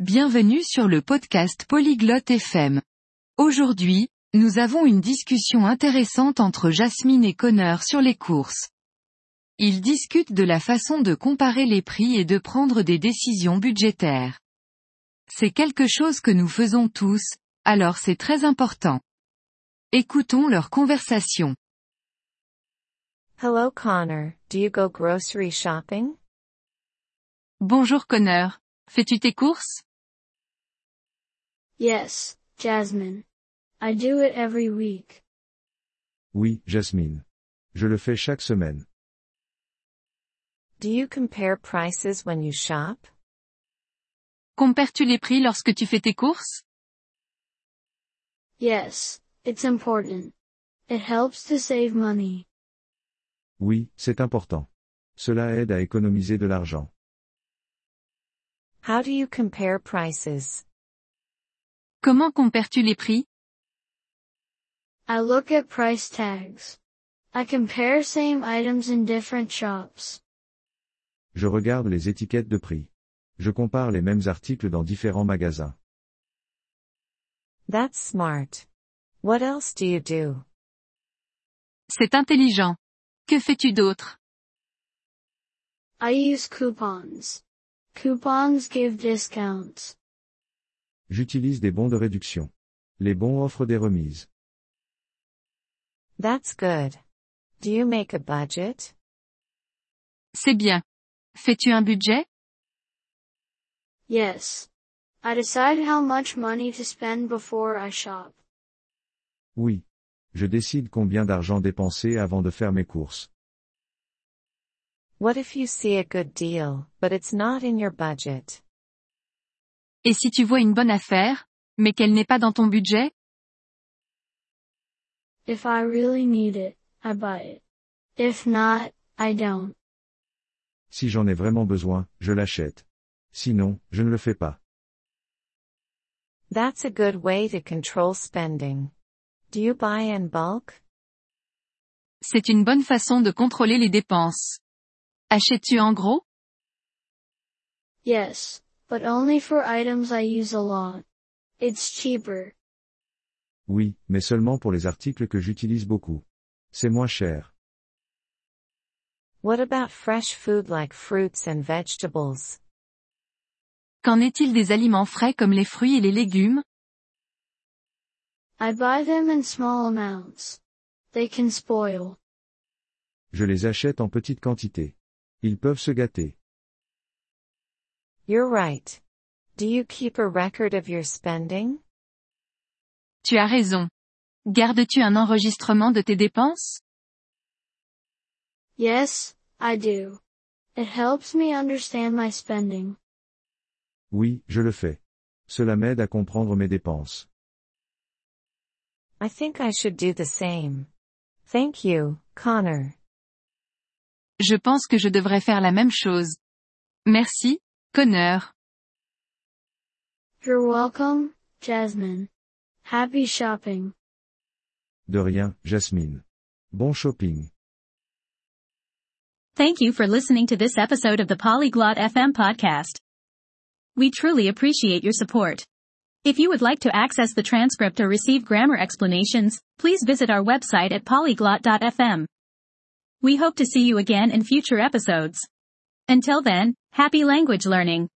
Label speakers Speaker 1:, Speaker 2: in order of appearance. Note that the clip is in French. Speaker 1: Bienvenue sur le podcast Polyglotte FM. Aujourd'hui, nous avons une discussion intéressante entre Jasmine et Connor sur les courses. Ils discutent de la façon de comparer les prix et de prendre des décisions budgétaires. C'est quelque chose que nous faisons tous, alors c'est très important. Écoutons leur conversation.
Speaker 2: Hello Connor, do you go grocery shopping?
Speaker 1: Bonjour Connor. Fais-tu tes courses
Speaker 3: Yes, Jasmine. I do it every week.
Speaker 4: Oui, Jasmine. Je le fais chaque semaine.
Speaker 2: Do you compare prices when you shop?
Speaker 1: Compares-tu les prix lorsque tu fais tes courses
Speaker 3: Yes, it's important. It helps to save money.
Speaker 4: Oui, c'est important. Cela aide à économiser de l'argent.
Speaker 2: How do you compare prices?
Speaker 1: Comment compares-tu les prix
Speaker 3: I look at price tags. I compare same items in different shops.
Speaker 4: Je regarde les étiquettes de prix. Je compare les mêmes articles dans différents magasins.
Speaker 2: That's smart. What else do you do?
Speaker 1: C'est intelligent. Que fais-tu d'autre
Speaker 3: I use coupons. Coupons give discounts.
Speaker 4: J'utilise des bons de réduction. Les bons offrent des remises.
Speaker 2: That's good. Do you make a budget?
Speaker 1: C'est bien. Fais-tu un budget
Speaker 3: Yes. I decide how much money to spend before I shop.
Speaker 4: Oui. Je décide combien d'argent dépenser avant de faire mes courses.
Speaker 2: What if you see a good deal, but it's not in your budget?
Speaker 1: Et si tu vois une bonne affaire, mais qu'elle n'est pas dans ton budget
Speaker 3: If I really need it, I buy it. If not, I don't.
Speaker 4: Si j'en ai vraiment besoin, je l'achète. Sinon, je ne le fais pas.
Speaker 2: That's a good way to control spending. Do you buy in bulk?
Speaker 1: C'est une bonne façon de contrôler les dépenses. Achètes-tu en gros
Speaker 3: Yes, but only for items I use a lot. It's cheaper.
Speaker 4: Oui, mais seulement pour les articles que j'utilise beaucoup. C'est moins cher.
Speaker 2: What about fresh food like fruits and vegetables?
Speaker 1: Qu'en est-il des aliments frais comme les fruits et les légumes
Speaker 3: I buy them in small amounts. They can spoil.
Speaker 4: Je les achète en petite quantité. Ils peuvent se gâter.
Speaker 2: You're right. Do you keep a record of your spending?
Speaker 1: Tu as raison. Gardes-tu un enregistrement de tes dépenses
Speaker 3: Yes, I do. It helps me understand my spending.
Speaker 4: Oui, je le fais. Cela m'aide à comprendre mes dépenses.
Speaker 2: I think I should do the same. Thank you, Connor.
Speaker 1: Je pense que je devrais faire la même chose. Merci, Connor.
Speaker 3: You're welcome, Jasmine. Happy shopping.
Speaker 4: De rien, Jasmine. Bon shopping.
Speaker 5: Thank you for listening to this episode of the Polyglot FM podcast. We truly appreciate your support. If you would like to access the transcript or receive grammar explanations, please visit our website at polyglot.fm. We hope to see you again in future episodes. Until then, happy language learning.